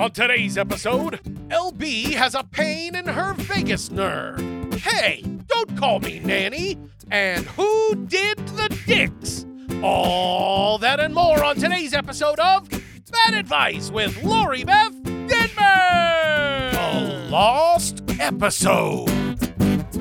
On today's episode, LB has a pain in her vagus nerve. Hey, don't call me Nanny. And who did the dicks? All that and more on today's episode of Bad Advice with Lori Beth Denver. A lost episode.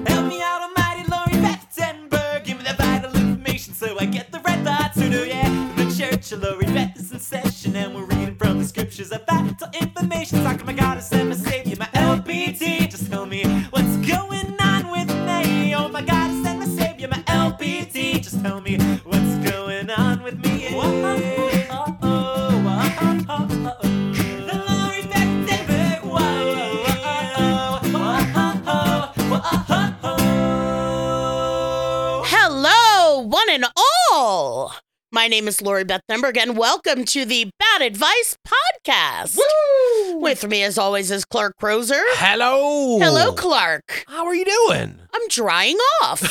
Help me out, almighty Lori Bettenberg. Give me the vital information so I get the red thoughts. So do yeah, the church of Lori Bett is in session. And we're reading from the scriptures of vital information. Talking my goddess and my savior, my LBT. Just tell me what's going on with me. Oh, my goddess and my savior, my LBT. Just tell me what's going on with me. Whoa, oh, oh, oh, oh, oh. The Lori Bett Denver. Whoa, oh, oh, oh, oh, oh, oh, oh, oh, oh. Hello, one and all. My name is Lori Beth Nemberg, and welcome to the Bad Advice Podcast. With me, as always, is Clark Crozer. Hello. Hello, Clark. How are you doing? I'm drying off.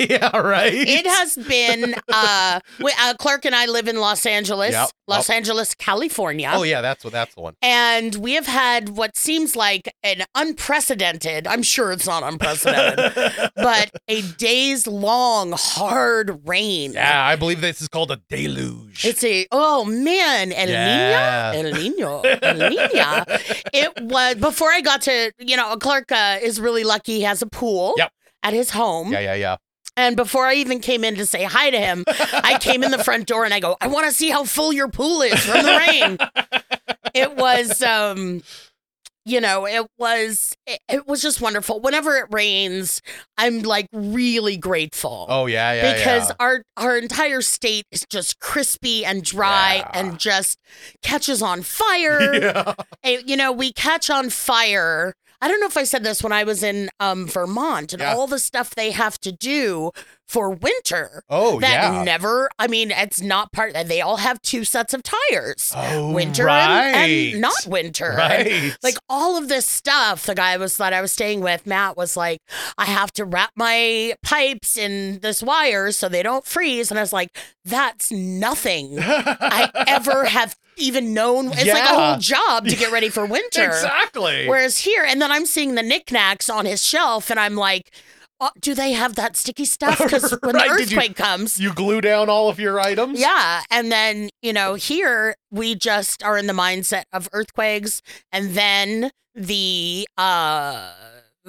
yeah, right. it has been, uh, we, uh, Clark and I live in Los Angeles, Yep. Los Angeles, California. Oh yeah, that's what that's the one. And we have had what seems like an unprecedented, I'm sure it's not unprecedented, but a days long hard rain. Yeah, I believe this is called a deluge. It's a oh man, El Yeah. Nino, El Nino, El Nina. it was before I got to you know Clark uh, is really lucky he has a pool Yep. at his home, yeah, yeah, yeah. and before I even came in to say hi to him, I came in the front door and I go, I want to see how full your pool is from the rain. it was um. You know, it was it, it was just wonderful. Whenever it rains, I'm like really grateful Oh yeah, yeah, yeah. because our our entire state is just crispy and dry Yeah. and just catches on fire. Yeah. Eh, you know, we catch on fire. I don't know if I said this when I was in um, Vermont and Yeah. all the stuff they have to do for winter. Oh that yeah. never. I mean, it's not part. They all have two sets of tires. Oh, Winter right. and, and not winter. And Right. like all of this stuff the guy was that i was staying with matt was like i have to wrap my pipes in this wire so they don't freeze and i was like that's nothing i ever have even known it's like a Yeah. whole job to get ready for winter exactly. whereas here and then i'm seeing the knickknacks on his shelf and i'm like oh, do they have that sticky stuff because when the Right, did you- earthquake comes you glue down all of your items. yeah. And then, you know, here we just are in the mindset of earthquakes and then the uh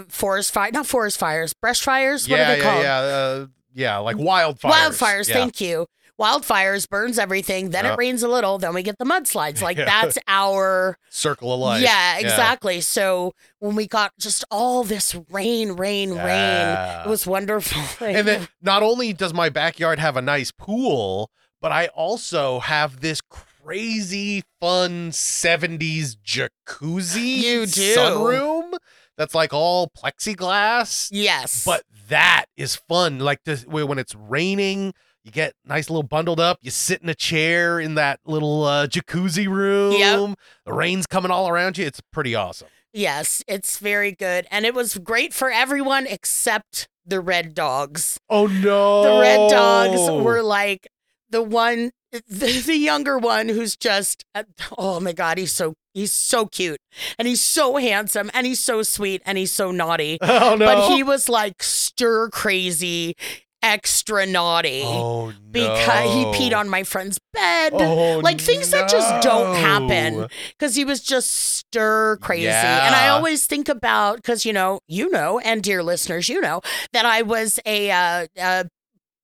forest fire not forest fires, brush fires, what yeah, are they yeah, called? yeah, uh, yeah, like wildfires. Wildfires, yeah. thank you. Wildfires burns everything, then Yeah. it rains a little, then we get the mudslides. Like Yeah. that's our Circle of life. Yeah, exactly. So when we got just all this rain, rain, Yeah. rain, it was wonderful. And then not only does my backyard have a nice pool, but I also have this crazy fun 70s jacuzzi You do. sunroom that's like all plexiglass. yes. But that is fun. Like this, wh- when it's raining, you get nice little bundled up. You sit in a chair in that little uh, jacuzzi room. The rain's coming all around you. It's pretty awesome. Yes, it's very good. And it was great for everyone except the red dogs. Oh no! The red Oh. dogs were like the one the, the younger one who's just oh my god, he's so he's so cute and he's so handsome and he's so sweet and he's so naughty. Oh no! But he was like stir crazy, extra naughty Oh no! because he peed on my friend's bed. Oh, like things that just no. don't happen because he was just stir crazy. And I Yeah. always think about because you know, you know, and dear listeners, you know that I was a uh, uh,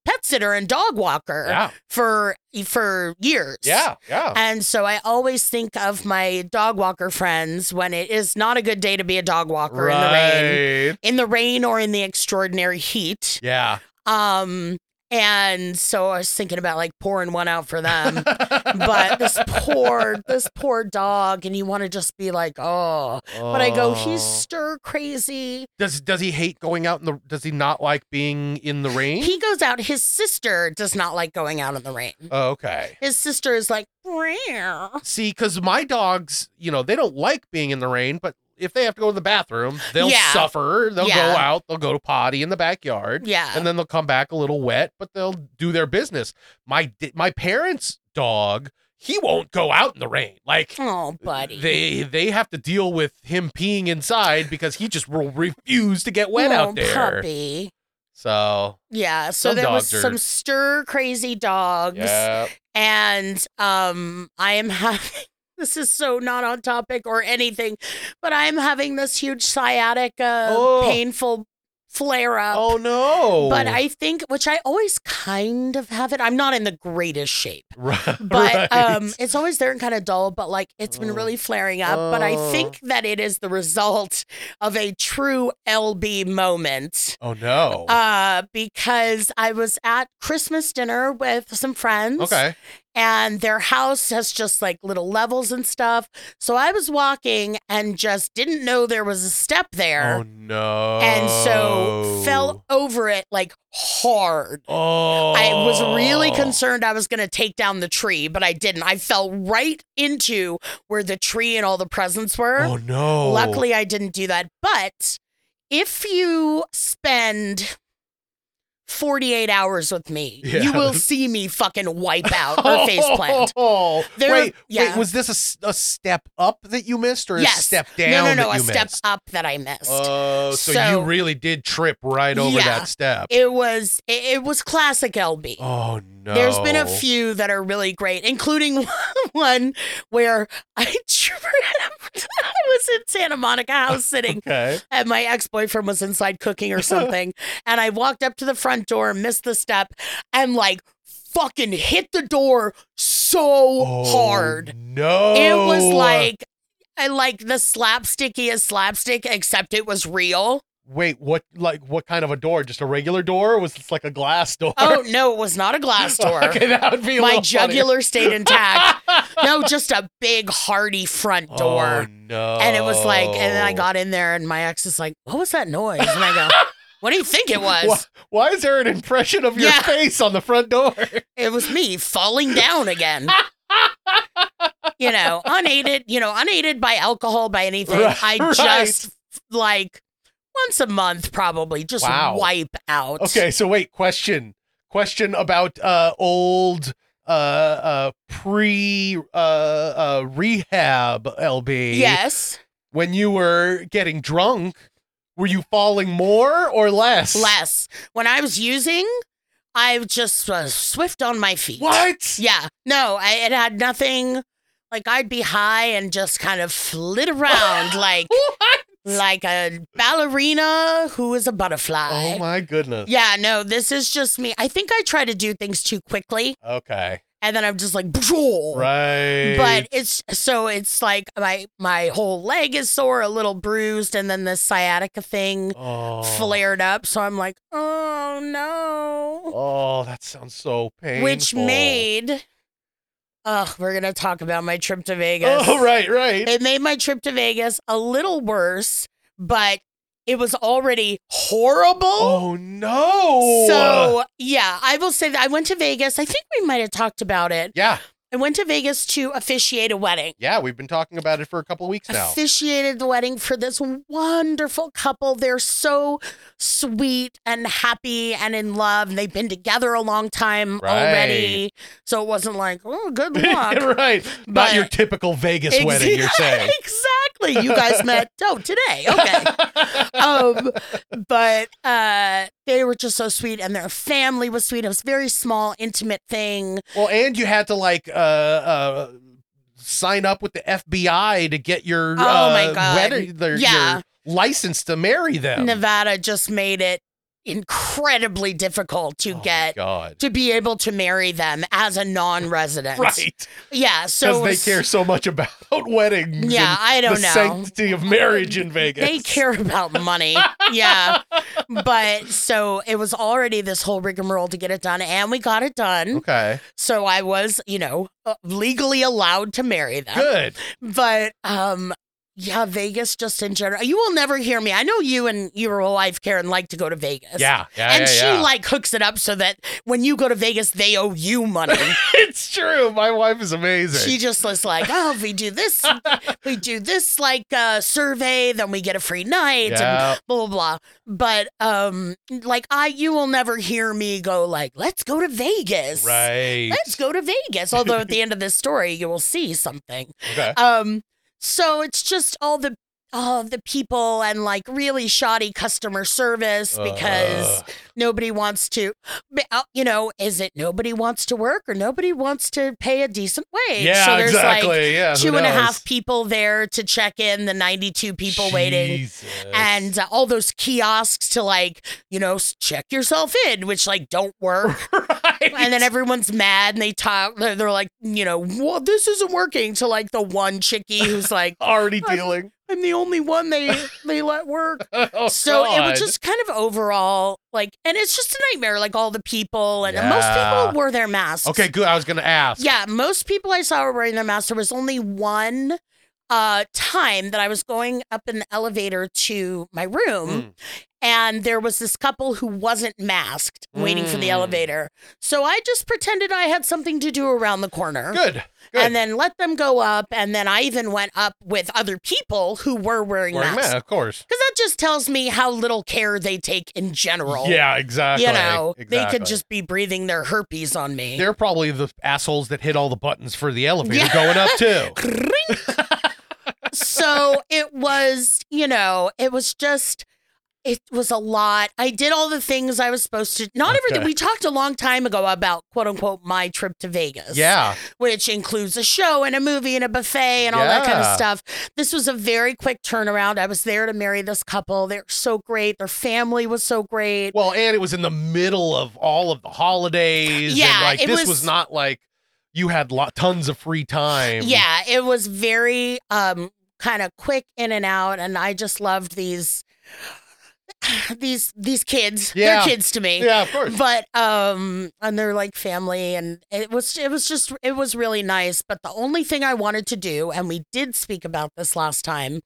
pet sitter and dog walker Yeah, for for years. yeah, yeah. And so I always think of my dog walker friends when it is not a good day to be a dog walker in the rain. right. In the rain or in the extraordinary heat. Yeah. Um And so I was thinking about like pouring one out for them. but this poor, this poor dog, and you want to just be like, oh. But I go, he's stir crazy. Does does he hate going out in the? Does he not like being in the rain? He goes out. His sister does not like going out in the rain. Oh, okay. His sister is like, "Meow." See, because my dogs, you know, they don't like being in the rain, but if they have to go to the bathroom, they'll Yeah. suffer. They'll Yeah. go out. They'll go to potty in the backyard. yeah. and then they'll come back a little wet, but they'll do their business. My di- my parents' dog, he won't go out in the rain. Like oh, buddy. they they have to deal with him peeing inside because he just will refuse to get wet oh, out there. Puppy. So Yeah. So Some there was dogs are- some stir crazy dogs. yeah, And um I am having this is so not on topic or anything, but I'm having this huge sciatica Oh. painful flare up. oh no, But I think, which I always kind of have it. I'm not in the greatest shape, right, but um, right. it's always there and kind of dull. But like, it's been Oh. really flaring up. But I Oh. think that it is the result of a true LB moment oh no, uh, because I was at Christmas dinner with some friends. okay, And their house has just like little levels and stuff. So I was walking and just didn't know there was a step oh there. no, And so fell over it like hard. Oh, I was really concerned I was going to take down the tree, but I didn't. I fell right into where the tree and all the presents were. Oh no, Luckily, I didn't do that. But if you spend 48 hours with me, you will Yes. see me fucking wipe out or face plant. Oh, There- wait, yeah. wait, was this a s- a, step up that you missed or Yes. a step No, down? no, no, that a you step missed? up that I missed. Oh, so, So- you really did trip right over Yeah. that step. it was it, it was classic LB. oh no. There's been a few that are really great, including one where I tripped. I was in Santa Monica house sitting Okay. and my ex-boyfriend was inside cooking or something and i walked up to the front door missed the step and like fucking hit the door so Oh, hard Oh, No. it was like I like the slapstickiest slapstick, except it was real. Wait, what? Like what kind of a door? Just a regular door? Or was this like a glass door? Oh no, it was not a glass door. okay, that would be a My little jugular stayed intact. funnier. No, just a big hearty front Oh, door. no. And it was like, and then I got in there, and my ex is like, "What was that noise?" And I go, "What do you think it was?" Why, why is there an impression of your Yeah. face on the front door? It was me falling down again. you know, unaided, you know, unaided by alcohol, by anything. Right, I right. just like once a month probably just Wow. wipe out. Okay, so wait, question. Question about uh old uh uh pre uh uh rehab LB. Yes. When you were getting drunk, were you falling more or less? Less. When I was using, I just was swift on my feet. What? Yeah. No, I, it had nothing. Like I'd be high and just kind of flit around like What? like a ballerina who is a butterfly. Oh my goodness. Yeah, no, this is just me. I think I try to do things too quickly Okay. and then I'm just like "Bzzzle." Right. But it's so it's like my my whole leg is sore, a little bruised and then the sciatica thing oh. flared up, so I'm like, "Oh no." Oh, that sounds so Oh, painful. Which made Ugh, we're going to talk about my trip to Vegas. Oh, right, right. It made my trip to Vegas a little worse, but it was already horrible. Oh no. So yeah, I will say that I went to Vegas. I think we might have talked about it. yeah, I went to Vegas to officiate a wedding. yeah, we've been talking about it for a couple of weeks now. Officiated the wedding for this wonderful couple. They're so sweet and happy and in love. And they've been together a long time already. So it wasn't like, oh, good luck. right. But- Not your typical Vegas wedding, you're Ex- saying. exactly. You guys met. Oh, today. Okay. um, but uh, they were just so sweet, and their family was sweet. It was a very small, intimate thing. well, and you had to like uh, uh, sign up with the FBI to get your Oh, uh, my God. wedding, their, Yeah. your license to marry them. Nevada just made it incredibly difficult to Oh my get God. to be able to marry them as a non-resident. Right. Yeah. Because So they care so much about weddings. Yeah, and I don't the know. sanctity of marriage in Vegas. They care about money. yeah. But so it was already this whole rigmarole to get it done, and we got it done. Okay. So I was, you know, uh, legally allowed to marry them. Good. But um yeah, Vegas just in general. You will never hear me. I know you and your wife Karen like to go to Vegas. Yeah. Yeah. and yeah, she yeah. like hooks it up so that when you go to Vegas, they owe you money. It's true. My wife is amazing. she just was like, "Oh, if we do this, we do this like uh, survey, then we get a free night." And yeah. blah blah blah. But um, like I, you will never hear me go like, "Let's go to Vegas." Right. Let's go to Vegas. Although at the end of this story, you will see something. Okay. Um, so it's just all the all the people and like really shoddy customer service Uh, because Ugh. nobody wants to but, uh, you know is it nobody wants to work or nobody wants to pay a decent wage yeah, so there's exactly. like yeah, two and a half people there to check in the 92 people waiting and uh, all those kiosks to like you know s- check yourself in which like don't work right. and then everyone's mad and they talk they're, they're like you know well this isn't working to like the one chickie who's like already dealing. i'm the only one they they let work Oh, so it God. was just kind of overall like, and it's just a nightmare. Like all the people and most Yeah. people wore their masks. okay. Good. I was gonna ask. Yeah, most people I saw were wearing their masks. There was only one uh time that I was going up in the elevator to my room Mm. and there was this couple who wasn't masked waiting for the Mm. elevator. So I just pretended I had something to do around the corner. Good. Good. And then let them go up. And then I even went up with other people who were wearing, Wearing masks. ma- of course. Because that just tells me how little care they take in general. Yeah. Exactly. You know, they exactly. could just be breathing their herpes on me. They're probably the assholes that hit all the buttons for the elevator Yeah. going up too. so it was, you know, it was just, it was a lot. I did all the things I was supposed to. Not everything. Okay. We talked a long time ago about quote unquote my trip to Vegas. Yeah. Which includes a show and a movie and a buffet and all that kind Yeah. of stuff. This was a very quick turnaround. I was there to marry this couple. They're so great. Their family was so great. Well, and it was in the middle of all of the holidays. Yeah, And like it this was, was- not like you had lo- tons of free time. Yeah, it was very um kind of quick in and out, and I just loved these these these kids. Yeah. They're kids to me. Yeah. Of course. But um and they're like family and it was it was just it was really nice. But the only thing I wanted to do, and we did speak about this last time,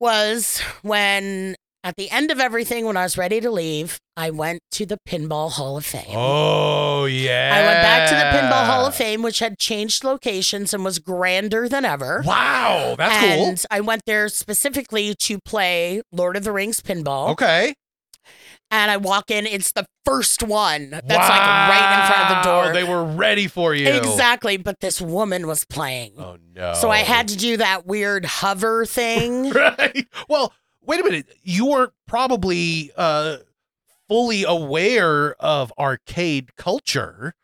was when at the end of everything, when I was ready to leave, I went to the Pinball Hall of Fame. Oh yeah. I went back to the Pinball Hall of Fame, which had changed locations and was grander than ever. Wow, that's and I went there specifically to play Lord of the Rings pinball. cool. Okay. And I walk in, it's the first one that's like right in front of the Wow, door. They were ready for you. Exactly. But this woman was playing. Oh no. So I had to do that weird hover thing. Right. Well, wait a minute. You weren't probably uh fully aware of arcade culture.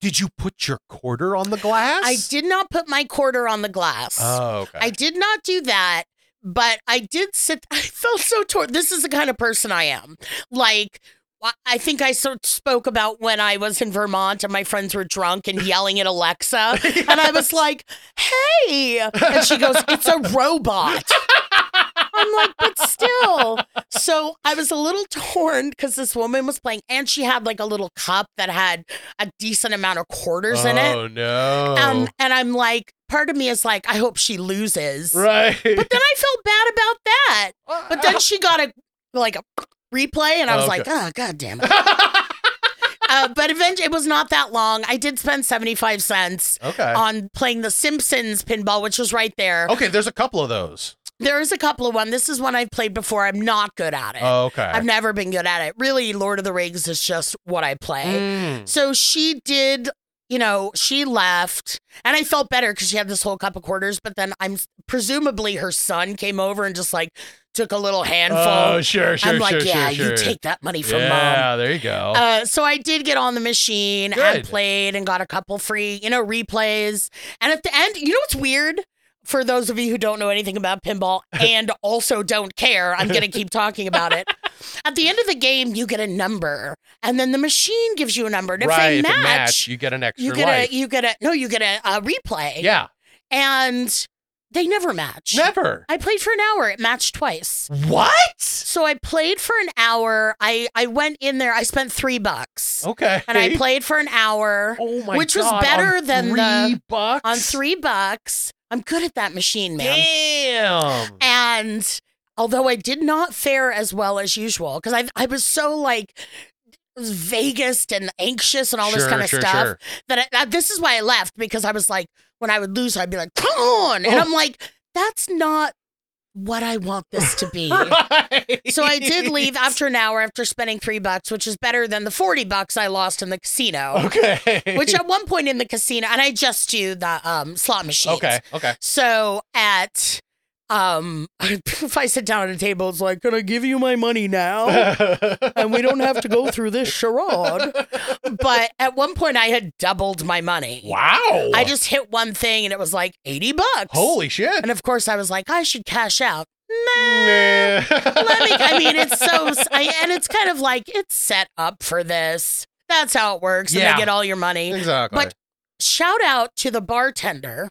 Did you put your quarter on the glass? I did not put my quarter on the glass. Oh, okay. I did not do that, but I did sit. I felt so torn. This is the kind of person I am. Like, wh- I think I sort of spoke about when I was in Vermont and my friends were drunk and yelling at Alexa. And I was like, hey. And she goes, it's a robot. I'm like, but still. So I was a little torn because this woman was playing and she had like a little cup that had a decent amount of quarters in it. Oh no. Um, and I'm like, part of me is like, I hope she loses. right. But then I felt bad about that. But then she got a like a replay, and I was Oh, like, oh god damn it. uh, but eventually, it was not that long. I did spend seventy five cents okay. Oh. on playing the Simpsons pinball, which was right there. okay, there's a couple of those. There is a couple of one. This is one I've played before. I'm not good at it. Oh, okay. I've never been good at it. Really, Lord of the Rings is just what I play. Mm. So she did, you know, she left and I felt better because she had this whole cup of quarters. But then I'm presumably her son came over and just like took a little handful. Oh, sure, sure, I'm like, sure, yeah, sure, sure. you take that money from mom. yeah, there you go. Uh, so I did get on the machine Oh. Good. and played and got a couple free, you know, replays. And at the end, you know what's weird? For those of you who don't know anything about pinball and also don't care, I'm going to keep talking about it. At the end of the game, you get a number, and then the machine gives you a number. And if right. they if match, it match, you get an extra you get life. a you get a no, you get a, a replay. yeah. and they never match. Never. I played for an hour. It matched twice. What? So I played for an hour. I I went in there. I spent three bucks, Okay. and I played for an hour Oh my which was God, better on than three the- bucks? on three bucks. I'm good at that machine, man. Damn. And although I did not fare as well as usual, because I I was so like Vegas and anxious and all this Sure, kind of sure, stuff sure. that, I, that this is why I left because I was like, when I would lose, I'd be like, come on, and Oh. I'm like, that's not what I want this to be. Right. So I did leave after an hour after spending three bucks, which is better than the forty bucks I lost in the casino. Okay. Which at one point in the casino, and I just do the um, slot machines. Okay. Okay. So at um if I sit down at a table, it's like, can I give you my money now? and we don't have to go through this charade. But at one point I had doubled my money. wow. I just hit one thing and it was like 80 bucks. Holy shit. And of course I was like, I should cash out. Nah. Let Let me I mean it's so I, and it's kind of like it's set up for this. That's how it works. And Yeah. they get all your money. Exactly. But shout out to the bartender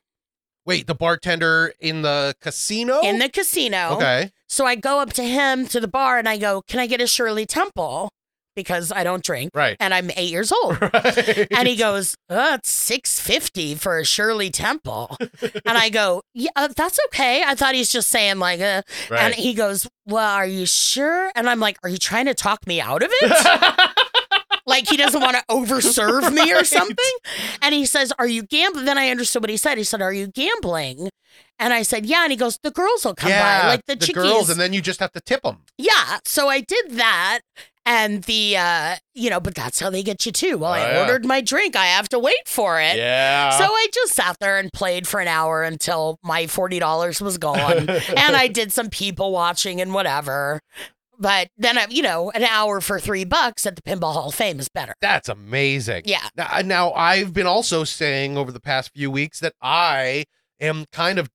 Wait, the bartender in the casino? in the casino. Oh. Okay. So I go up to him to the bar and I go, Can I get a Shirley Temple? Because I don't drink Right. and I'm eight years old. Right. And he goes, oh, it's six fifty for a Shirley Temple, and I go, yeah, uh, that's okay. I thought he's just saying like, uh, and Right. he goes, well, are you sure? And I'm like, are you trying to talk me out of it? like he doesn't want to overserve me or Right. something. And he says, are you gambling? Then I understood what he said. He said, are you gambling? And I said, yeah. And he goes, the girls will come by, like the, the chickies. girls, and then you just have to tip them. Yeah, so I did that. And the, uh, you know, but that's how they get you too. Well, Oh, I yeah. ordered my drink. I have to wait for it. Yeah. So I just sat there and played for an hour until my $40 was gone. and I did some people watching and whatever. But then, I, you know, an hour for three bucks at the Pinball Hall of Fame is better. That's amazing. Yeah. Now, uh, now, I've been also saying over the past few weeks that I am kind of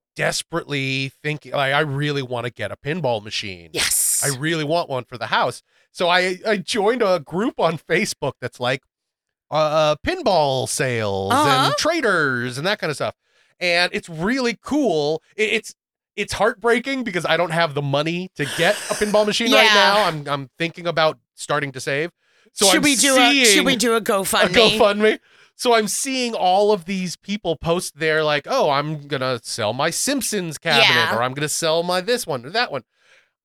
desperately thinking, like, I really want to get a pinball machine. Yes. I really want one for the house. So I, I joined a group on Facebook that's like uh, pinball sales Uh-huh. and traders and that kind of stuff. And it's really cool. It- it's it's heartbreaking because I don't have the money to get a pinball machine right Yeah. now. I'm I'm thinking about starting to save. So should I'm we do seeing a should we do a a GoFundMe? GoFundMe. So I'm seeing all of these people post there like, oh, I'm gonna sell my Simpsons cabinet, Yeah. or I'm gonna sell my this one or that one.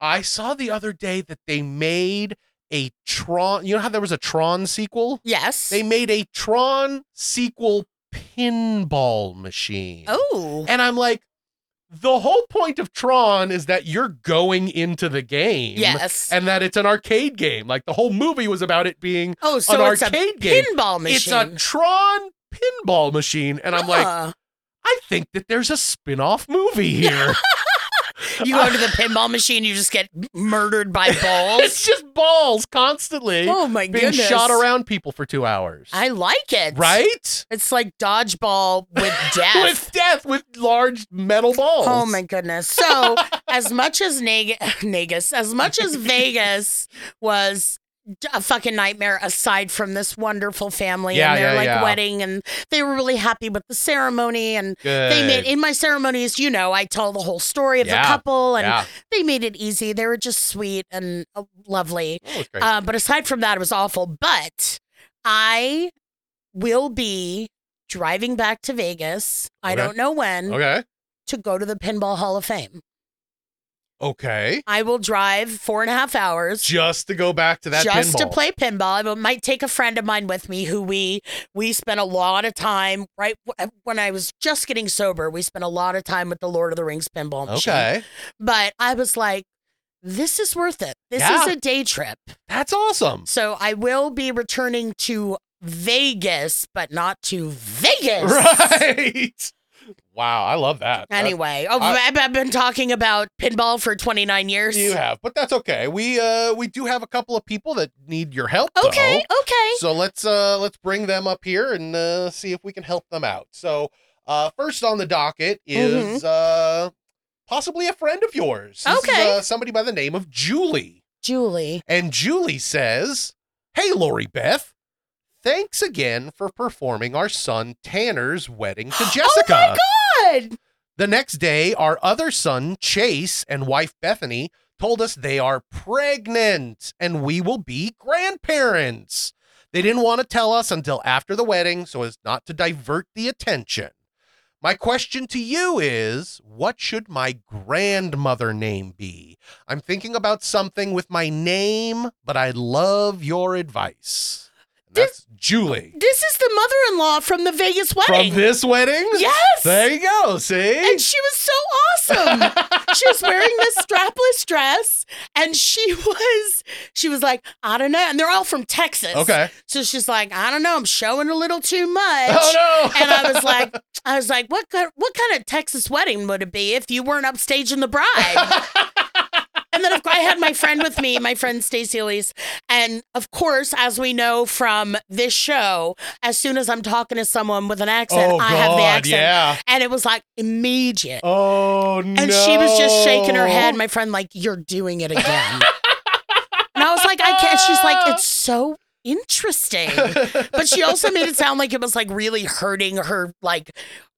I saw the other day that they made a Tron. You know how there was a Tron sequel? yes. They made a Tron sequel pinball machine. oh. And I'm like, the whole point of Tron is that you're going into the game. Yes. And that it's an arcade game. Like the whole movie was about it being oh, so an it's a arcade game. pinball machine. it's a Tron pinball machine. And I'm like, Huh. I think that there's a spin off movie here. you go to the pinball machine, you just get murdered by balls. it's just balls constantly oh my being goodness! shot around people for two hours. I like it. right? It's like dodgeball with death. With death, with large metal balls. Oh my goodness. So, as much as Neg- Negus, as much as Vegas was d- a fucking nightmare aside from this wonderful family Yeah, and their yeah, like yeah. wedding and they were really happy with the ceremony and Good. they made in my ceremonies, you know, I tell the whole story of Yeah, the couple and yeah. they made it easy. They were just sweet and uh, lovely. That was great. Uh, but aside from that, it was awful. But I will be driving back to Vegas. I Okay. don't know when okay. to go to the Pinball Hall of Fame. Okay. I will drive four and a half hours Just to go back to that just to pinball. play pinball. I might take a friend of mine with me who we we spent a lot of time right w- uh, when I was just getting sober. We spent a lot of time with the Lord of the Rings pinball machine. Okay. but I was like. This is worth it. This Yeah. is a day trip. That's awesome. So I will be returning to Vegas, but not to Vegas. Right. Wow, I love that. That's- Anyway, oh, I- I've I've been talking about pinball for 29 years. You have, but that's okay. We uh we do have a couple of people that need your help. Okay, okay. Though. So let's uh let's bring them up here and uh, see if we can help them out. So uh first on the docket Mm-hmm. is uh possibly a friend of yours. This is, Okay. uh, somebody by the name of Julie. Julie. And Julie says, Hey, Lori Beth, thanks again for performing our son Tanner's wedding to Jessica. Oh my God. The next day, our other son, Chase, and wife Bethany told us they are pregnant and we will be grandparents. They didn't want to tell us until after the wedding so as not to divert the attention. My question to you is what should my grandmother name be? I'm thinking about something with my name, but I love your advice. And This- that's Julie. This is the mother in law from the Vegas wedding. From this wedding? Yes. There you go. See? and she was so awesome. she was wearing this strapless dress and she was she was like, I don't know. And they're all from Texas. okay. So she's like, I don't know, I'm showing a little too much. Oh no. and I was like, I was like, what kind, what kind of Texas wedding would it be if you weren't upstaging the bride? and then of course, I had my friend with me, my friend Stacey Elise, and of course, as we know from this show, as soon as I'm talking to someone with an accent, I have the accent, Oh, yeah. and it was like immediate. Oh no. And she was just shaking her head. My friend, like, you're doing it again. and I was like, I can't. She's like, it's so interesting. But she also made it sound like it was like really hurting her, like,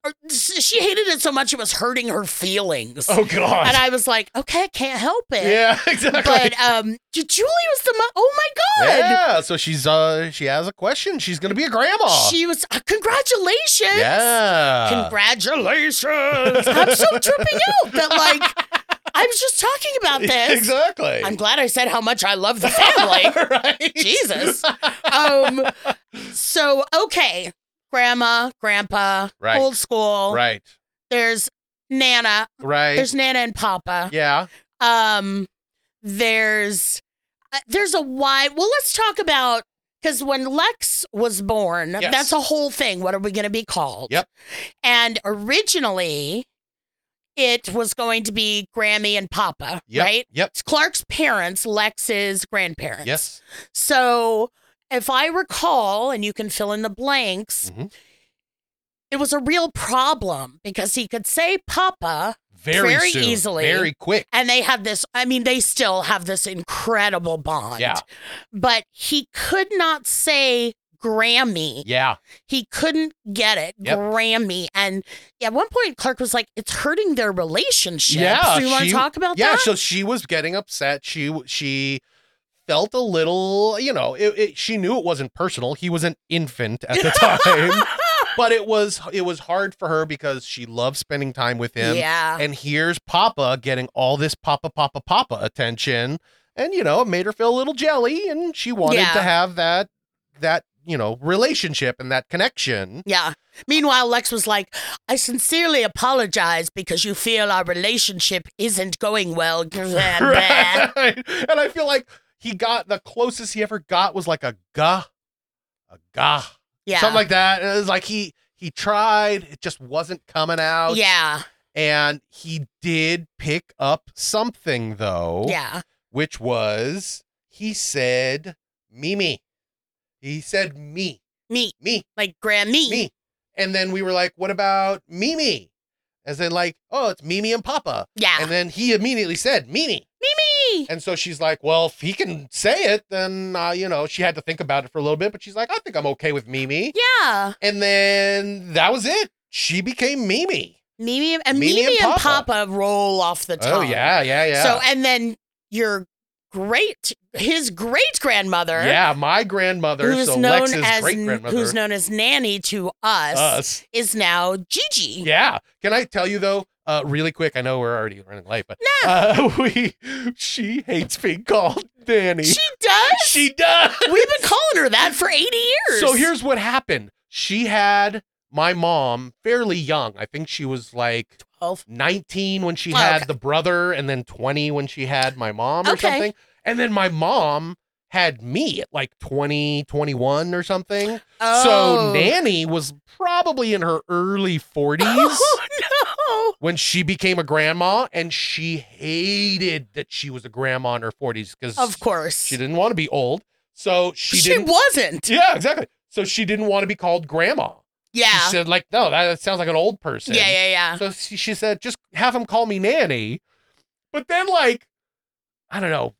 or- she hated it so much it was hurting her feelings. oh god. And I was like, okay, I can't help it. yeah, exactly. But um, Ju- Julie was the mo- oh my god, yeah, so she's uh she has a question. She's gonna be a grandma. she was uh, congratulations, yeah. congratulations. I'm so tripping out that like I was just talking about this. Exactly. I'm glad I said how much I love the family. right. Jesus. Um, so okay, grandma, grandpa, Right. old school. Right. There's Nana. Right. There's Nana and Papa. yeah. Um, there's uh, there's a wide. Well, let's talk about because when Lex was born, Yes. that's a whole thing. What are we going to be called? Yep. And originally, it was going to be Grammy and Papa, Yep. right? Yep. It's Clark's parents, Lex's grandparents. Yes. So, if I recall, and you can fill in the blanks, Mhm. it was a real problem because he could say Papa, Very, Very soon. easily. Very quick. and they had this. I mean, they still have this incredible bond. Yeah. But he could not say Grammy. Yeah. He couldn't get it, Yep. Grammy. And at one point, Clark was like, "It's hurting their relationship." Yeah, So you want she- to talk about yeah, that? so she was getting upset. She she felt a little, you know, it, it, she knew it wasn't personal. He was an infant at the time, but it was it was hard for her because she loved spending time with him. Yeah. And here's Papa getting all this Papa Papa Papa attention, and you know, it made her feel a little jelly, and she wanted Yeah. to have that that you know relationship and that connection. Yeah. Meanwhile, Lex was like, I sincerely apologize because you feel our relationship isn't going well. Right. And I feel like he got the closest he ever got was like a gah, a gah, Yeah. something like that. And it was like he he tried, it just wasn't coming out. Yeah. And he did pick up something though, Yeah. which was he said Mimi. He said me, Me. me, Like Grammy. me. And then we were like, what about Mimi? As in like, oh, it's Mimi and Papa. Yeah. And then he immediately said Mimi. Mimi. And so she's like, well, if he can say it, then, uh, you know, she had to think about it for a little bit, but she's like, I think I'm okay with Mimi. Yeah. And then that was it. She became Mimi. Mimi and Mimi Mimi, and and Papa. Papa. roll off the tongue. Oh, yeah, yeah, yeah. So and then your great his great grandmother yeah, my grandmother, who's so known Lex's as great grandmother, who's known as Nanny to us, us. is now Gigi. Yeah. Can I tell you, though, uh, really quick? I know we're already running late, but uh, we, she hates being called Danny. She does? she does. We've been calling her that for 80 years. So here's what happened. She had my mom fairly young. I think she was like 12. 19 when she Oh, had okay. the brother, and then 20 when she had my mom or Okay. something. And then my mom had me at like 20, 21 or something. Oh. So Nanny was probably in her early 40s Oh, when she became a grandma, and she hated that she was a grandma in her 40s because no. Of course. she didn't want to be old. So she, She, didn't. wasn't. Yeah, exactly. So she didn't want to be called grandma. Yeah. She said, like, no, that, that sounds like an old person. Yeah, yeah, yeah. So she, she said, just have him call me nanny. But then, like, I don't know,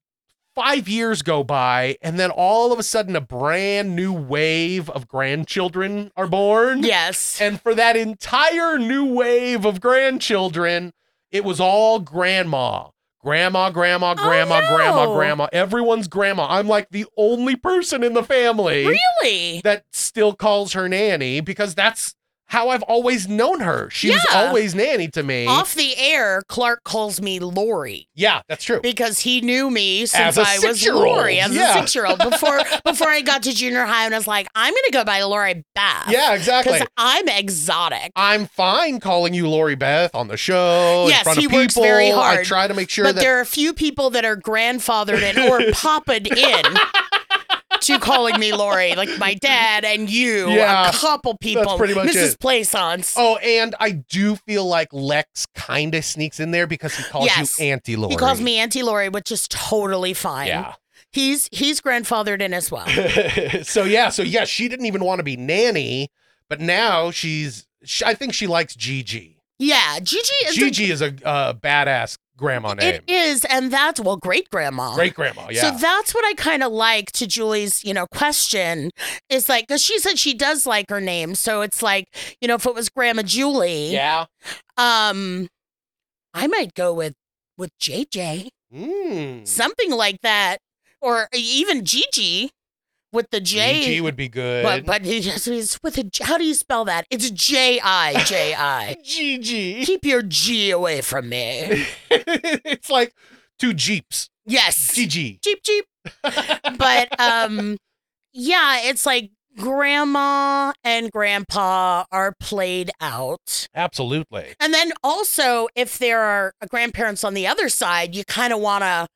five years go by, and then all of a sudden, a brand new wave of grandchildren are born. Yes. And for that entire new wave of grandchildren, it was all grandma. Grandma, grandma, grandma, grandma, no. grandma. Everyone's grandma. I'm like the only person in the family Really? that still calls her nanny because that's how I've always known her. She was Yeah. always nanny to me. Off the air, Clark calls me Lori yeah, that's true. because he knew me since As a I was six-year-old, Lori as yeah. a six year old. Before before I got to junior high and I was like, I'm gonna go by Lori Beth. Yeah, exactly. Because I'm exotic. I'm fine calling you Lori Beth on the show. in Yes, front of he people. works very I hard. try to make sure but that there are a few people that are grandfathered in or papaed in to calling me Lori, like my dad and you, Yeah, a couple people. pretty much Mrs. it. Plaisance. Oh, and I do feel like Lex kind of sneaks in there because he calls Yes. you Auntie Lori. He calls me Auntie Lori, which is totally fine. Yeah. He's he's grandfathered in as well. so yeah, so yeah, she didn't even want to be nanny, but now she's. She, I think she likes Gigi. Yeah, Gigi is a- Gigi is a uh, badass grandma name. it is, and that's well, great grandma. Great grandma. Yeah. So that's what I kind of like to Julie's, you know, question is like because she said she does like her name, so it's like you know if it was Grandma Julie, yeah. um, I might go with with JJ, Mm. something like that, or even Gigi with the J. Gigi would be good. but but he just- he's with a J- how do you spell that? It's J I J I. Gigi. Keep your G away from me. it's like two jeeps. Yes. Gigi. Jeep Jeep. but um yeah, it's like grandma and grandpa are played out. Absolutely. And then also if there are uh, grandparents on the other side, you kind of want to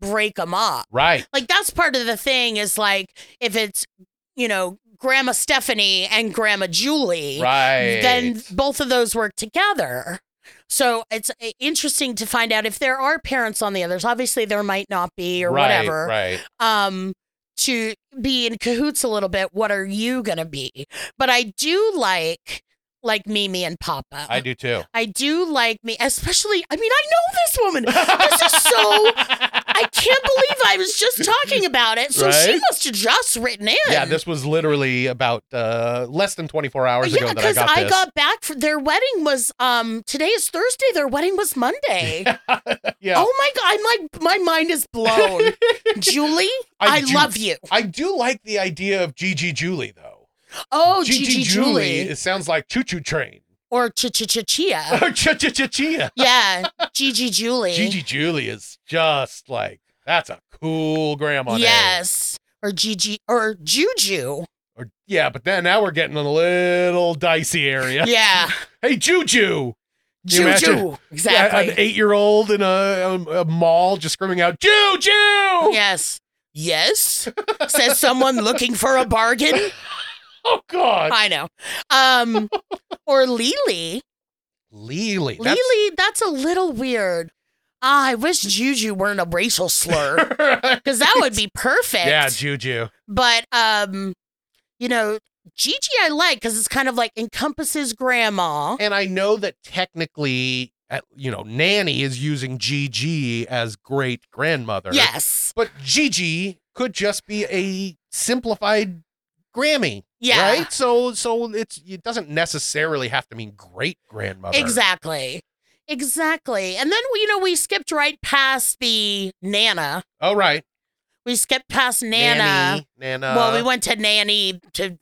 break them up. Right. Like that's part of the thing is like if it's, you know, grandma Stephanie and grandma Julie, Right. then both of those work together. So it's uh, interesting to find out if there are parents on the others. Obviously there might not be or right, whatever Right. um to be in cahoots a little bit what are you gonna be but i do like like mimi and papa I do too. I do like me especially i mean i know this woman this is so i can't believe i was just talking about it so she Right? must have just written in Yeah, this was literally about uh, less than 24 hours yeah ago that I because got I, this. got back from their wedding was um today is thursday their wedding was monday yeah, oh my god i'm like my mind is blown julie I i, do- love you I do like the idea of Gigi Julie though. oh Gigi, gigi Julie. julie It sounds like choo choo train. or ch ch ch chia Cha cha cha chia. Yeah, Gigi Julie. Gigi Julie is just like that's a cool grandma. name. Yes. Or Gigi or Juju. Or, yeah, but then now we're getting in a little dicey area. Yeah. Hey, Juju. Can you imagine? Juju. Yeah, Exactly. an eight-year-old in a, um, a, a mall just screaming out, "Juju!" Yeah. yes. Yes. Says someone looking for a bargain. Oh God, I know. Um or Lily. Lily. that's- Lily, that's a little weird. Ah, I wish Juju weren't a racial slur. Because that would be perfect. yeah, Juju. but um, you know, Gigi I like because it's kind of like encompasses grandma. And I know that technically, uh, you know, Nanny is using Gigi as great grandmother. Yes. But Gigi could just be a simplified Grammy. Yeah. Right? So so it's it doesn't necessarily have to mean great grandmother. Exactly. Exactly. And then, you know, we skipped right past the Nana. All Oh, right. We skipped past Nana. Nanny, uh, Nana. well, we went to Nanny to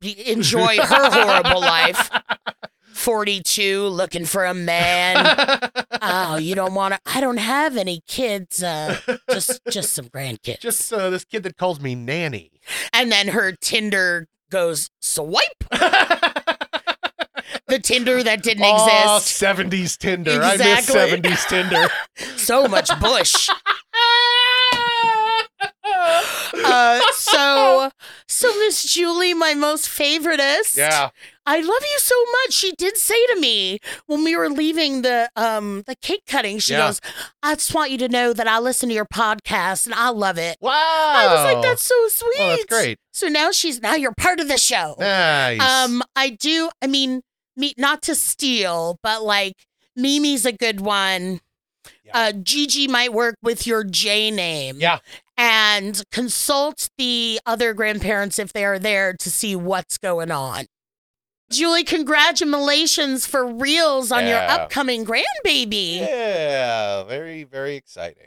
enjoy her horrible life. 42, looking for a man. oh, you don't want to. I don't have any kids. Uh, just, just some grandkids. just uh, this kid that calls me Nanny. And then her Tinder goes swipe. The Tinder that didn't Oh, exist. 70s Tinder. Exactly. I miss 70s Tinder. so much bush. uh, so, so Miss Julie, my most favoriteest. yeah. I love you so much. She did say to me when we were leaving the um the cake cutting. She Yeah. goes, "I just want you to know that I listen to your podcast and I love it." Wow. I was like, "That's so sweet." Well, Oh. that's great. So now she's now you're part of the show. Nice. Um, I do. I mean, me not to steal, but like Mimi's a good one. Uh, Gigi might work with your J name. Yeah. And consult the other grandparents if they are there to see what's going on. Julie, congratulations for reels on Yeah. your upcoming grandbaby. Yeah, very, very exciting.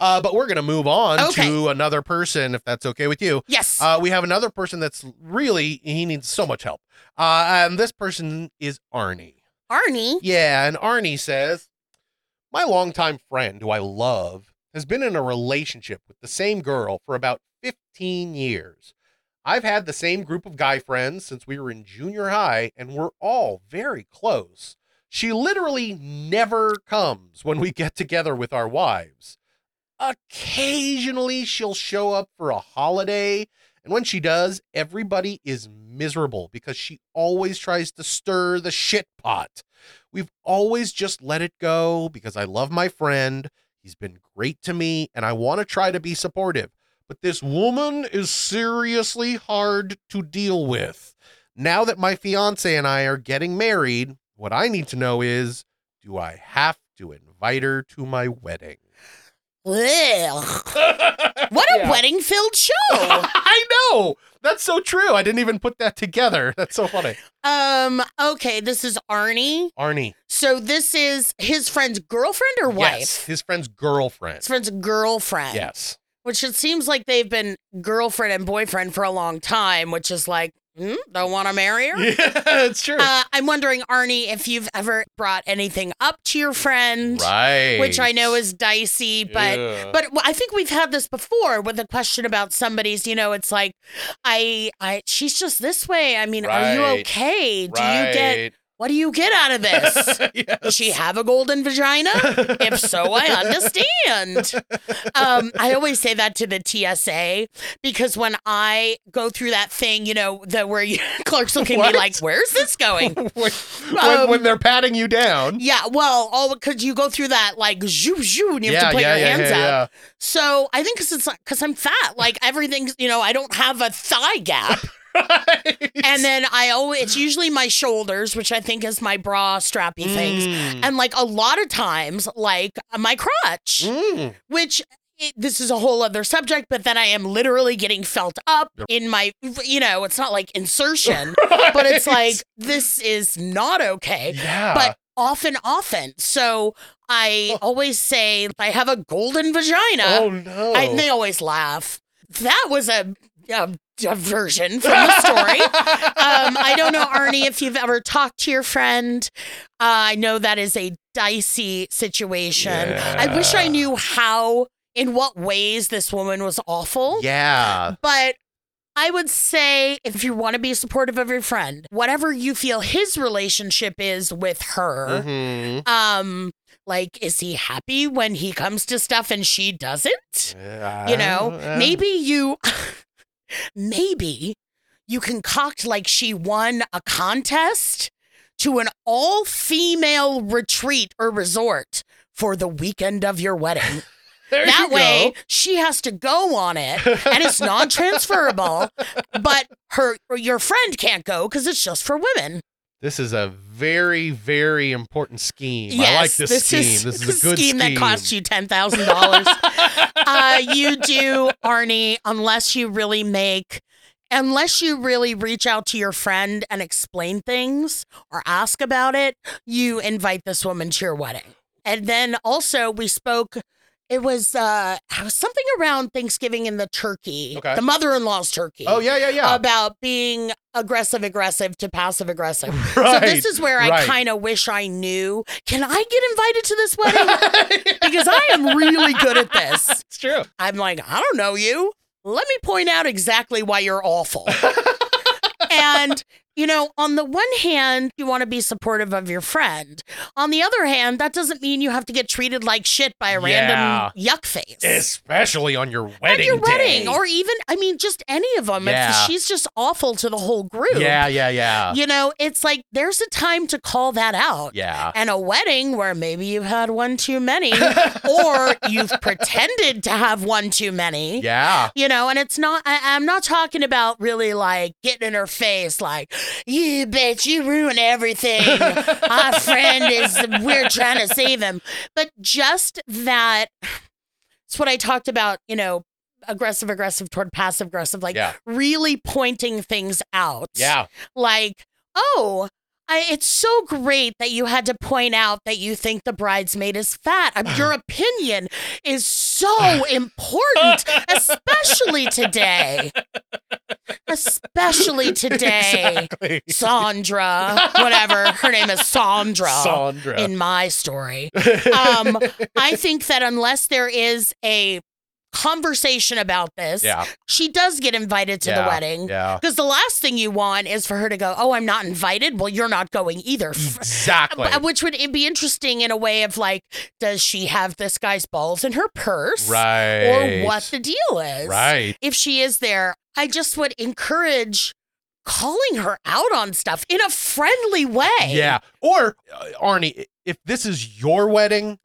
Uh, but we're going to move on Okay. to another person, if that's okay with you. Yes. Uh, we have another person that's really, he needs so much help. Uh, and this person is Arnie. Arnie. Yeah, and Arnie says, My longtime friend, who I love, has been in a relationship with the same girl for about 15 years. I've had the same group of guy friends since we were in junior high, and we're all very close. She literally never comes when we get together with our wives. Occasionally, she'll show up for a holiday, and when she does, everybody is miserable because she always tries to stir the shit pot. We've always just let it go because I love my friend. He's been great to me and I want to try to be supportive. But this woman is seriously hard to deal with. Now that my fiance and I are getting married, what I need to know is do I have to invite her to my wedding? Ugh. What a wedding filled show. I know. That's so true. I didn't even put that together. That's so funny. um, okay, this is Arnie. Arnie. So this is his friend's girlfriend or wife? Yes. His friend's girlfriend. His friend's girlfriend. Yes. Which it seems like they've been girlfriend and boyfriend for a long time, which is like, hmm, don't want to marry her. Yeah, it's true. Uh, I'm wondering, Arnie, if you've ever brought anything up to your friend, right. which I know is dicey, but Yeah. But I think we've had this before with a question about somebody's, you know, it's like, I, I, she's just this way. I mean, are you Right. okay? Do you get, what do you get out of this? Does she have a golden vagina? if so, I understand. Um, I always say that to the TSA because when I go through that thing, you know, that where you, clerks look at What? me like, where's this going? when, Um, when they're patting you down. Yeah, well, all because you go through that like zhoo zhoo, and you have to put your hands out. So I think because it's because I'm fat, like everything's you know I don't have a thigh gap, and then I always it's usually my shoulders, which I think is my bra strappy things, and like a lot of times like my crotch, Mm. which. It, this is a whole other subject, but then I am literally getting felt up in my, you know, it's not like insertion, but it's like, this is not okay yeah. but often, often. So I always say I have a golden vagina, oh no. I- and they always laugh. That was a, a diversion from the story. um, I don't know, Arnie, if you've ever talked to your friend. Uh, I know that is a dicey situation. I wish I Yeah. knew how, in what ways, this woman was awful. yeah. But I would say if you want to be supportive of your friend, whatever you feel his relationship is with her, Mhm. um, like is he happy when he comes to stuff and she doesn't? Yeah. You know, Oh, Yeah. maybe you, maybe you concoct like she won a contest to an all female retreat or resort for the weekend of your wedding There that you way go. she has to go on it and it's non-transferable but her your friend can't go because it's just for women This is a very, very important scheme. I yes like this, scheme. this is a good scheme. that costs you $10000 uh, you do arnie unless you really make unless you really reach out to your friend and explain things or ask about it you invite this woman to your wedding and then also we spoke it was uh it was something around thanksgiving in the turkey Okay. the mother-in-law's turkey Oh yeah, yeah, yeah. about being aggressive aggressive to passive aggressive so right. this is where I right. kind of wish I knew. Can I get invited to this wedding? because I am really good at this. It's true. I'm like, I don't know you. Let me point out exactly why you're awful. and You know, on the one hand, you want to be supportive of your friend. On the other hand, that doesn't mean you have to get treated like shit by a Yeah. random yuck face. Especially on your wedding at your day. wedding, or even, I mean, just any of them. Yeah. If she's just awful to the whole group, yeah, yeah, yeah. you know, it's like there's a time to call that out. Yeah. And a wedding where maybe you've had one too many, or you've pretended to have one too many. Yeah. You know, and it's not, I, I'm not talking about really like getting in her face, like, you bitch, you ruin everything. Our friend is, we're trying to save him. But just that, it's what I talked about, you know, aggressive, aggressive toward passive aggressive, like Yeah. really pointing things out. Yeah. Like, oh, I, it's so great that you had to point out that you think the bridesmaid is fat. Um, Your opinion is so important, especially today. Especially today, Exactly. Sandra, whatever her name is, Sandra. Sandra. In my story, um, I think that unless there is a conversation about this, yeah. she does get invited to yeah, the wedding. Yeah. Because the last thing you want is for her to go, Oh, I'm not invited. Well, you're not going either. Exactly. But- Which would be interesting in a way of like, does she have this guy's balls in her purse? Right. Or what the deal is? Right. If she is there, I just would encourage calling her out on stuff in a friendly way. Yeah. Or uh, Arnie, i- if this is your wedding,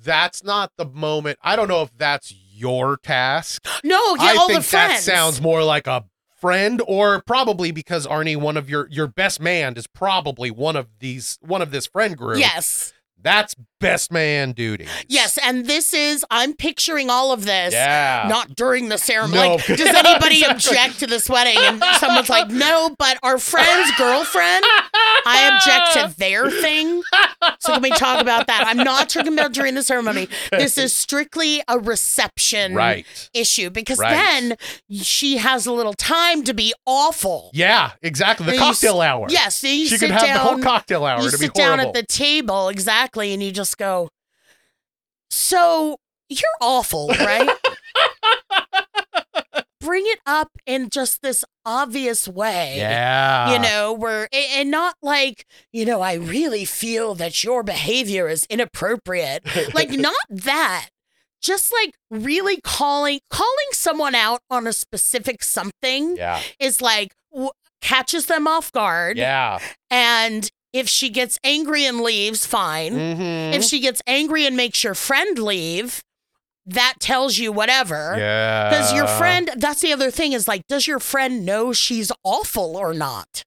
that's not the moment. I don't know if that's your task. No, yeah, I Oh, all think the friends. that sounds more like a friend or probably because Arnie one of your your best man is probably one of these one of this friend group. Yes. That's best man duties. Yes. And this is, I'm picturing all of this. Yeah. not during the ceremony. No. Like, does anybody Exactly. object to this wedding? And someone's like, no, but our friend's girlfriend, I object to their thing. So can we talk about that? I'm not talking about during the ceremony. This is strictly a reception Right. issue because Right. then she has a little time to be awful. Yeah, exactly. The Then you s- cocktail hour. Yes, then you She sit could have down, the whole cocktail hour you to be sit horrible. down at the table exactly, and you just go. So you're awful, right? Bring it up in just this obvious way. yeah. You know, where a- and not like, you know, I really feel that your behavior is inappropriate. Like not that. Just like really calling calling someone out on a specific something Yeah. is like w- catches them off guard. Yeah. And if she gets angry and leaves, fine. Mhm. If she gets angry and makes your friend leave, that tells you whatever. yeah. Does your friend, that's the other thing is like, does your friend know she's awful or not?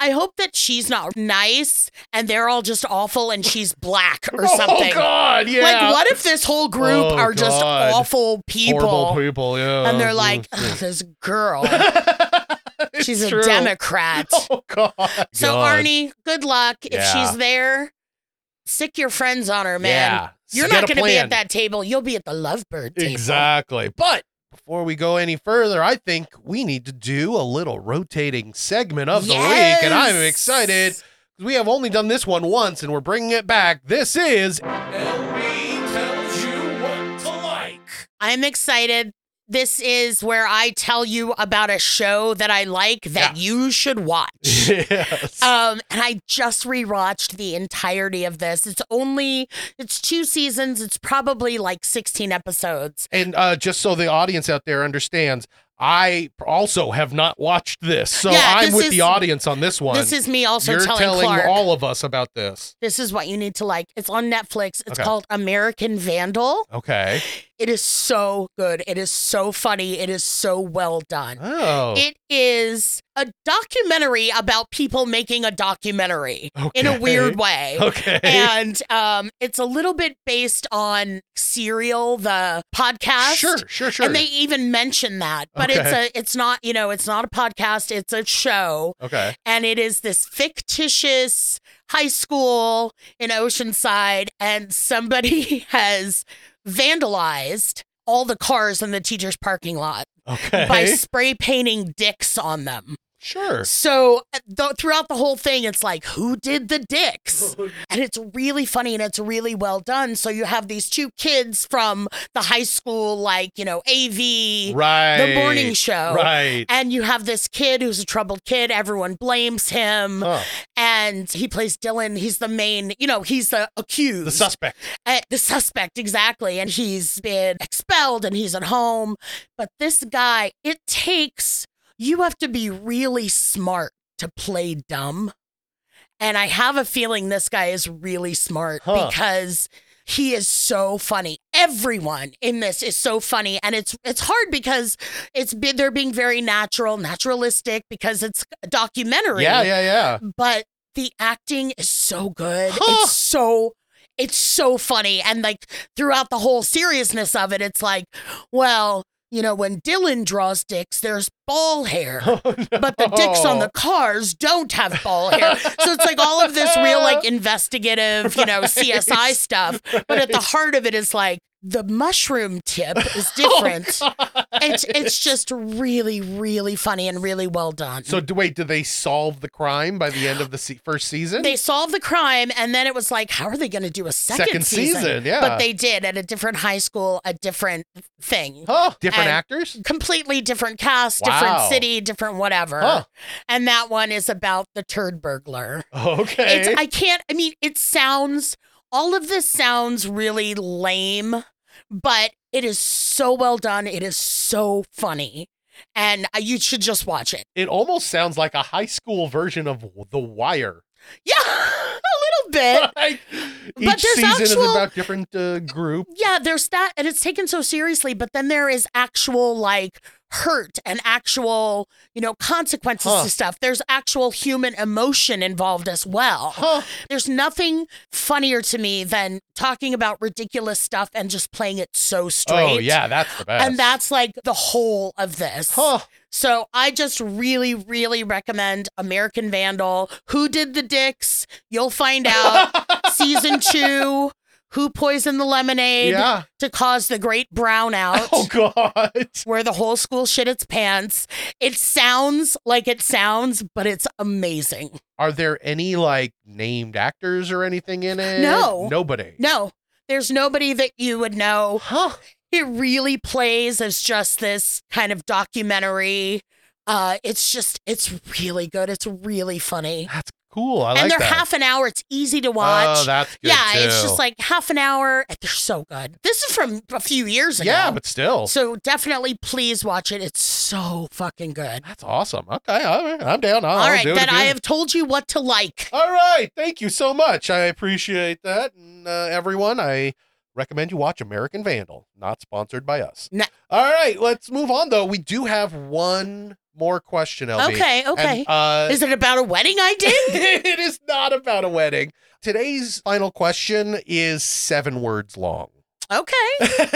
I hope that she's not nice and they're all just awful and she's black or something. Oh God! Yeah. Like, what if this whole group Oh, are just God. awful Horrible people. Yeah. and they're like, Mm. "Ugh, this girl, It's she's true. a Democrat. Oh God. So God. Arnie, good luck. If Yeah. she's there, stick your friends on her, man. Yeah. You're Get not a going to be plan. at that table. You'll be at the lovebird table. Exactly. But before we go any further, I think we need to do a little rotating segment of the week, and I'm Yes. excited. 'cause We have only done this one once, and we're bringing it back. This is LB tells you what to like. I'm excited. This is where I tell you about a show that I like that you should watch. yes. Um, and I just rewatched the entirety of this. It's only it's two seasons. It's probably like 16 episodes. And uh, just so the audience out there understands, I also have not watched this, so Yeah, I'm this with the is- audience on this one. This is me also You're telling, Clark. all of us about this. this is what you need to like. It's on Netflix. It's Okay. Oh. called American Vandal. Okay. It is so good. It is so funny. It is so well done. Oh. It is a documentary about people making a documentary in a weird way. okay. And um, it's a little bit based on Serial, the podcast. sure, sure, sure. And they even mention that, but it's Okay. a, it's not, you know, it's not a podcast. It's a show, okay. and it is this fictitious high school in Oceanside, and somebody has vandalized all the cars in the teacher's parking lot Okay. by spray painting dicks on them. Sure. So th- throughout the whole thing, it's like, who did the dicks? And it's really funny and it's really well done. So you have these two kids from the high school, like, you know, AV, Right. the morning show. Right. And you have this kid who's a troubled kid. Everyone blames him. Huh. And he plays Dylan. He's the main, you know, he's the accused. The suspect. Uh, the suspect, exactly. And he's been expelled and he's at home. But this guy, it takes, you have to be really smart to play dumb. And I have a feeling this guy is really smart Huh. because he is so funny. Everyone in this is so funny, and it's it's hard because it's be- they're being very natural, naturalistic because it's a documentary Yeah, yeah, yeah. but the acting is so good. Huh. It's so it's so funny and like throughout the whole seriousness of it it's like, well, you know, when Dylan draws dicks, there's ball hair. But the dicks on the cars don't have ball hair. so it's like all of this real, like, investigative, you know, CSI stuff. But at the heart of it is like the mushroom tip is different. it's, it's just really, really funny and really well done. So d- wait, did they solve the crime by the end of the se- first season? They solved the crime, and then it was like, how are they going to do a second, Second season, yeah. But they did at a different high school, a different thing. huh. Different and- actors? Completely different cast, Wow. different city, different whatever. Huh. And that one is about the turd burglar. Okay. It's, I can't, I mean, it sounds, all of this sounds really lame, but it is so well done. It is so funny. And uh, you should just watch it. it almost sounds like a high school version of W- The Wire. Yeah, a little bit. Like, each there's season is actual- about different uh, group. yeah, there's that, and it's taken so seriously. But then there is actual like hurt and actual, you know, consequences Huh. to stuff. There's actual human emotion involved as well. Huh. There's nothing funnier to me than talking about ridiculous stuff and just playing it so straight. Oh yeah, that's the best. And that's like the whole of this. Huh. So I just really, really recommend American Vandal. Who did the dicks? You'll find out. Season two. Who poisoned the lemonade Yeah. to cause the great brownout? Oh god. Where the whole school shit its pants. It sounds like it sounds, but it's amazing. Are there any like named actors or anything in it? No. Nobody. No, there's nobody that you would know. Huh. It really plays as just this kind of documentary. Uh, it's just, it's really good. It's really funny. That's cool. I like and they're that. half an hour. It's easy to watch. Oh, that's good yeah, it's too. just like half an hour. and They're so good. This is from a few years ago. Yeah, but still. oh. so definitely please watch it. It's so fucking good. that's awesome. Okay, all right, I'm down. I'll, All right, do it then Oh, if you- Oh, I have told you what to like. All right, thank you so much. I appreciate that, and uh, everyone, I recommend you watch American Vandal. Not sponsored by us. No. All right, let's move on though. We do have one more question, LB. Okay, And, okay. uh, is it about a wedding I did? it is not about a wedding. Today's final question is seven words long. okay.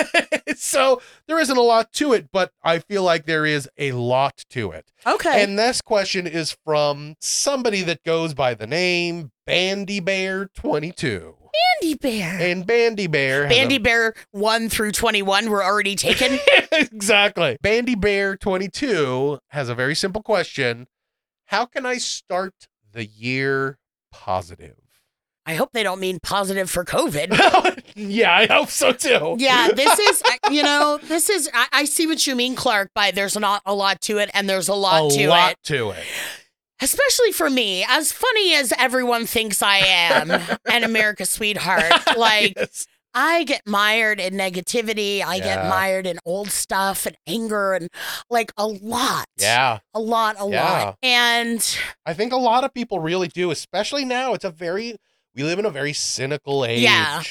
so there isn't a lot to it, but I feel like there is a lot to it. Okay. And this question is from somebody that goes by the name Bandy Bear 22. Bandy Bear. And Bandy Bear. has a- Bandy Bear 1 through 21 were already taken. exactly. Bandy Bear 22 has a very simple question How can I start the year positive? I hope they don't mean positive for COVID. yeah, I hope so too. Yeah, this is, I- you know, this is, I, I see what you mean, Clark, by there's not a lot to it and there's a lot a to lot it. to it. Especially for me, as funny as everyone thinks I am an America's sweetheart, like Yes. I get mired in negativity. I get Yeah. mired in old stuff and anger and like a lot. Yeah. A lot, a Yeah. lot. And I think a lot of people really do, especially now. It's a very, we live in a very cynical age. Yeah.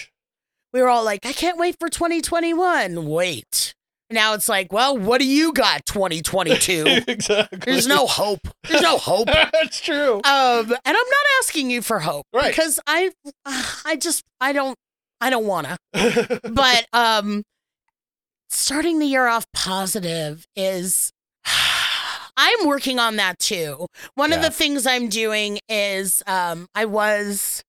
we were all like, I can't wait for 2021. Wait. Now it's like, well, what do you got, 2022? exactly. There's no hope. There's no hope. That's true. Um, and I'm not asking you for hope Right. because I, I just I don't I don't wanna. But um, starting the year off positive is. I'm working on that too. One of Yeah. the things I'm doing is um, I was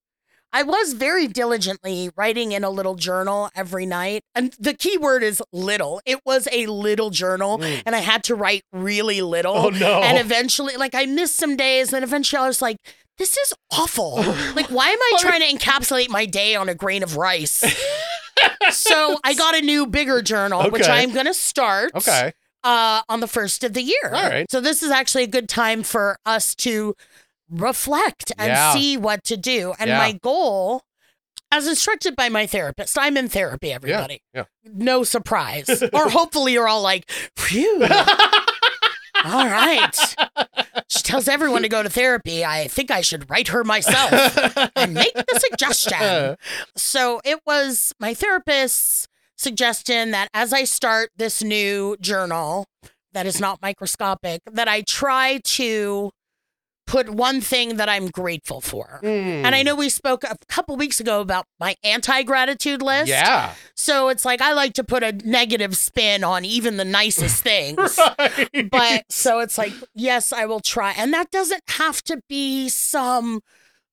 I was very diligently writing in a little journal every night. And the key word is little. It was a little journal, and I had to write really little. Mm. Oh, no. And eventually, like, I missed some days, and eventually I was like, this is awful. Like, why am I trying to encapsulate my day on a grain of rice? so I got a new, bigger journal, which Okay. I'm going to start Okay. uh, on the first of the year. All right. So this is actually a good time for us to reflect and Yeah. see what to do. And Yeah. my goal, as instructed by my therapist, I'm in therapy, everybody. yeah. No surprise. or hopefully you're all like, phew. all right. She tells everyone to go to therapy. I think I should write her myself and make the suggestion. So it was my therapist's suggestion that as I start this new journal that is not microscopic, that I try to put one thing that I'm grateful for. And I know we spoke a couple weeks ago about my anti gratitude list. Yeah. So it's like I like to put a negative spin on even the nicest things. But so it's like, yes, I will try. And that doesn't have to be some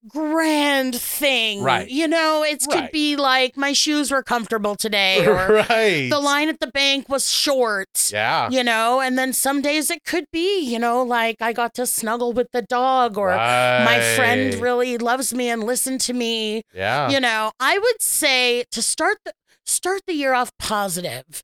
grand thing. Right. You know, it Right. could be like my shoes were comfortable today or right. the line at the bank was short. Yeah. You know, and then some days it could be, you know, like I got to snuggle with the dog or my friend Right. really loves me and listened to me Yeah. you know i would say to start the start the year off positive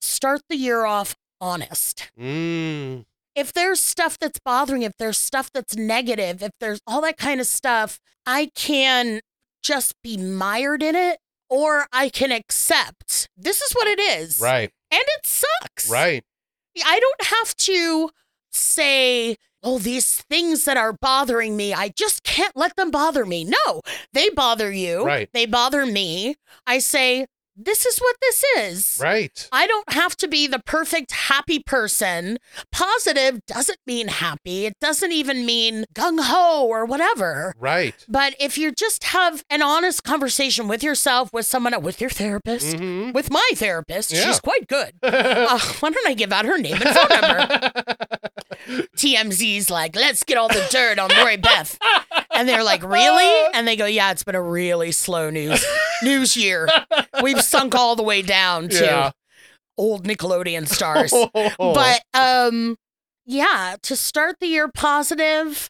start the year off honest Mm. if there's stuff that's bothering if there's stuff that's negative if there's all that kind of stuff i can just be mired in it or i can accept this is what it is Right. and it sucks Right. I don't have to say, oh, these things that are bothering me, I just can't let them bother me. No, they bother you. Right. They bother me. I say, this is what this is. Right. I don't have to be the perfect happy person. Positive doesn't mean happy. It doesn't even mean gung ho or whatever. Right. But if you just have an honest conversation with yourself, with someone, with your therapist, Mhm. with my therapist, Yeah. she's quite good. Uh, why don't I give out her name and phone number? TMZ's like, let's get all the dirt on Lori Beth. And they're like, really? And they go, yeah, it's been a really slow news news year. We've sunk all the way down to Yeah. old Nickelodeon stars. Oh. But um, yeah, to start the year positive,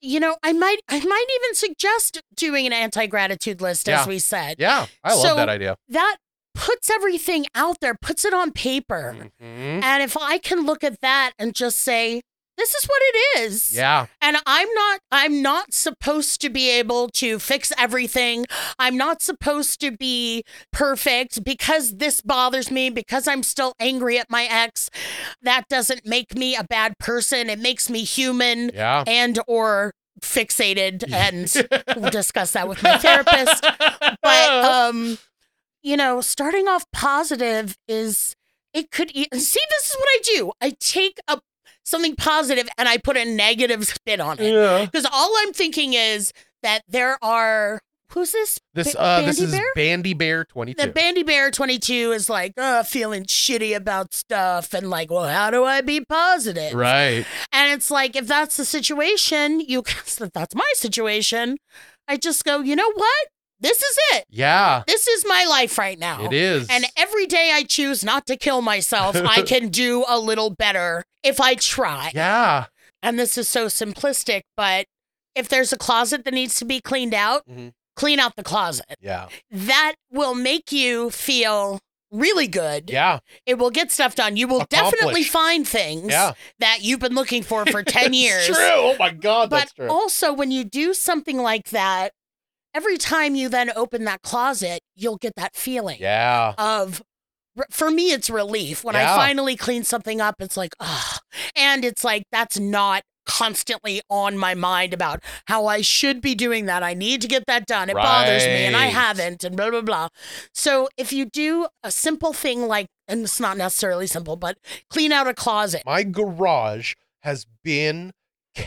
you know, I might I might even suggest doing an anti gratitude list, Yeah. as we said. yeah, I love So- that idea. That puts everything out there, puts it on paper. Mhm. And if I can look at that and just say, this is what it is. Yeah. And I'm not I'm not supposed to be able to fix everything. I'm not supposed to be perfect because this bothers me because I'm still angry at my ex. That doesn't make me a bad person. It makes me human Yeah. and or fixated and we'll discuss that with my therapist but Uh. um you know starting off positive is it could e- see this is what i do i take a something positive and i put a negative spin on it yeah. because all i'm thinking is that there are who's this This Ba- uh, this Bandy is Bear? Bandy Bear twenty the two. Bandy Bear 22 is like, uh, feeling shitty about stuff and like, well, how do I be positive? right. And it's like, if that's the situation, you if that's my situation, I just go, you know what? This is it. Yeah. This is my life right now. It is. And uh, every day I choose not to kill myself, I can do a little better if I try. yeah. And this is so simplistic, but if there's a closet that needs to be cleaned out, Mhm. clean out the closet. Yeah. That will make you feel really good. Yeah. It will get stuff done. You will definitely Accomplished. find things Yeah. that you've been looking for for 10 years. It's true. Oh my God, But that's true. also, when you do something like that, every time you then open that closet, you'll get that feeling yeah. of for me it's relief when Yeah. i finally clean something up it's like ah and it's like that's not constantly on my mind about how i should be doing that i need to get that done it bothers me and i Right. haven't and blah blah blah so if you do a simple thing like and it's not necessarily simple but clean out a closet My garage has been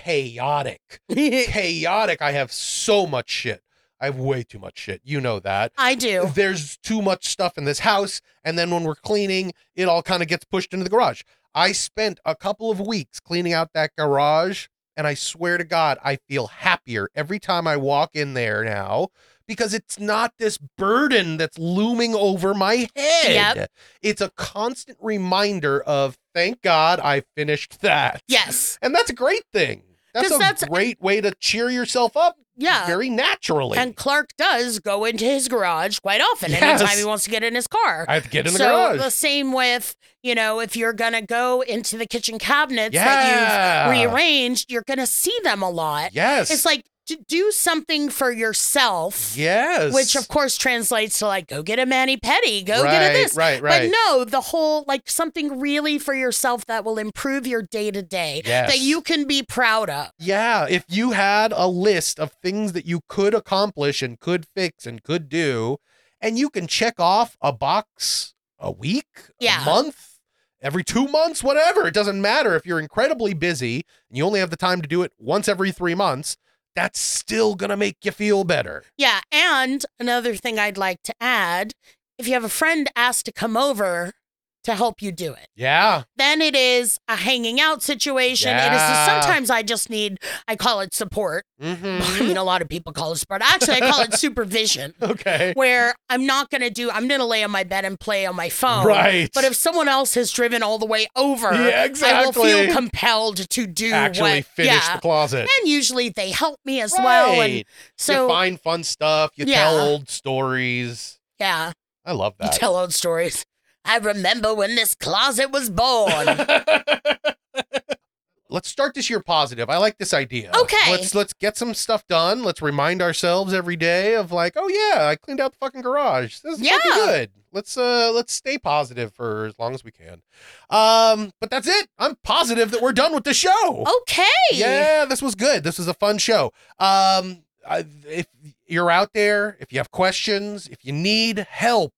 chaotic. chaotic. I have so much shit. I have way too much shit. You know that. i do There's too much stuff in this house. And then when we're cleaning, it all kind of gets pushed into the garage. I spent a couple of weeks cleaning out that garage And I swear to God, I feel happier every time I walk in there now because it's not this burden that's looming over my head. Yep. It's a constant reminder of thank God I finished that. Yes. And that's a great thing. That's 'Cause a that's- great way to cheer yourself up Yeah. very naturally. And Clark does go into his garage quite often Yes. anytime he wants to get in his car. I have to get in the so uh, garage. the same with, you know, if you're going to go into the kitchen cabinets Yeah. that you've rearranged, you're going to see them a lot. yes. It's like to do something for yourself, yes. which of course translates to like, go get a mani pedi, go get a Right, this. right, right. But no, the whole like something really for yourself that will improve your day to day Yes. that you can be proud of. Yeah, if you had a list of things that you could accomplish and could fix and could do, and you can check off a box a week, Yeah. a month, every two months, whatever. It doesn't matter if you're incredibly busy and you only have the time to do it once every three months. That's still gonna make you feel better. Yeah. And another thing I'd like to add if you have a friend asked to come over to help you do it, Yeah, then it is a hanging out situation. It Yeah. is sometimes I just need, I call it support. mm-hmm. I mean, a lot of people call it support. Actually, I call it supervision, okay, where I'm not going to do, I'm going to lay on my bed and play on my phone. right. But if someone else has driven all the way over, Yeah, I will exactly. feel compelled to do actually what, finish yeah. the closet. and usually they help me as well. And Right. so, you find fun stuff. You Yeah. tell old stories. yeah. I love You that. tell old stories. I remember when this closet was born. let's start this year positive. I like this idea. Okay. Let's let's get some stuff done. Let's remind ourselves every day of like, oh yeah, I cleaned out the fucking garage. This is fucking Yeah. good. Let's uh let's stay positive for as long as we can. Um, but that's it. I'm positive that we're done with the show. okay. Yeah, this was good. This was a fun show. Um, I, if you're out there, if you have questions, if you need help,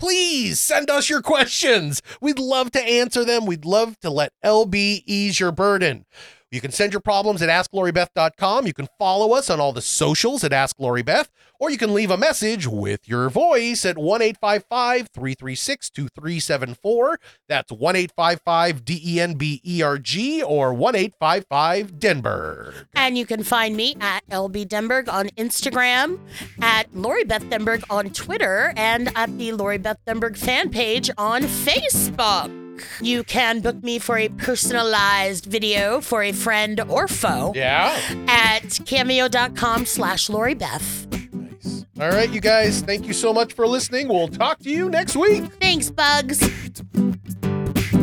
please send us your questions. We'd love to answer them. We'd love to let LB ease your burden. You can send your problems at AskLoriBeth.com. You can follow us on all the socials at AskLoriBeth, or you can leave a message with your voice at 1 855 336 2374. That's 1 855 D E N B E R G or 1 855 Denberg. And you can find me at LB Denberg on Instagram, at Lori Beth Denberg on Twitter, and at the Lori Beth Denberg fan page on Facebook. You can book me for a personalized video for a friend or foe Yeah. at cameo.com slash Lori Beth. Nice. All right, you guys, thank you so much for listening. We'll talk to you next week. Thanks, Bugs.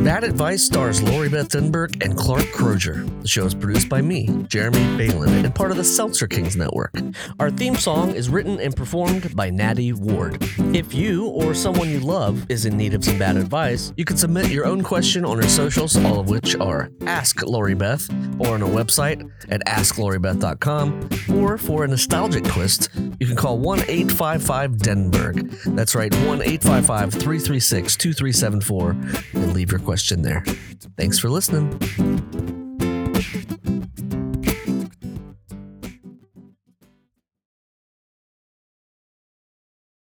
That Advice stars Lori Beth Denberg and Clark Crozier. The show is produced by me, Jeremy Balin, and part of the Seltzer Kings Network. Our theme song is written and performed by Natty Ward. If you or someone you love is in need of some bad advice, you can submit your own question on our socials, all of which are Ask Lori Beth, or on our website at AskLoriBeth.com, or for a nostalgic twist, you can call 1 855 Denberg. That's right, 1 855 336 2374, and leave your question there. Thanks for listening.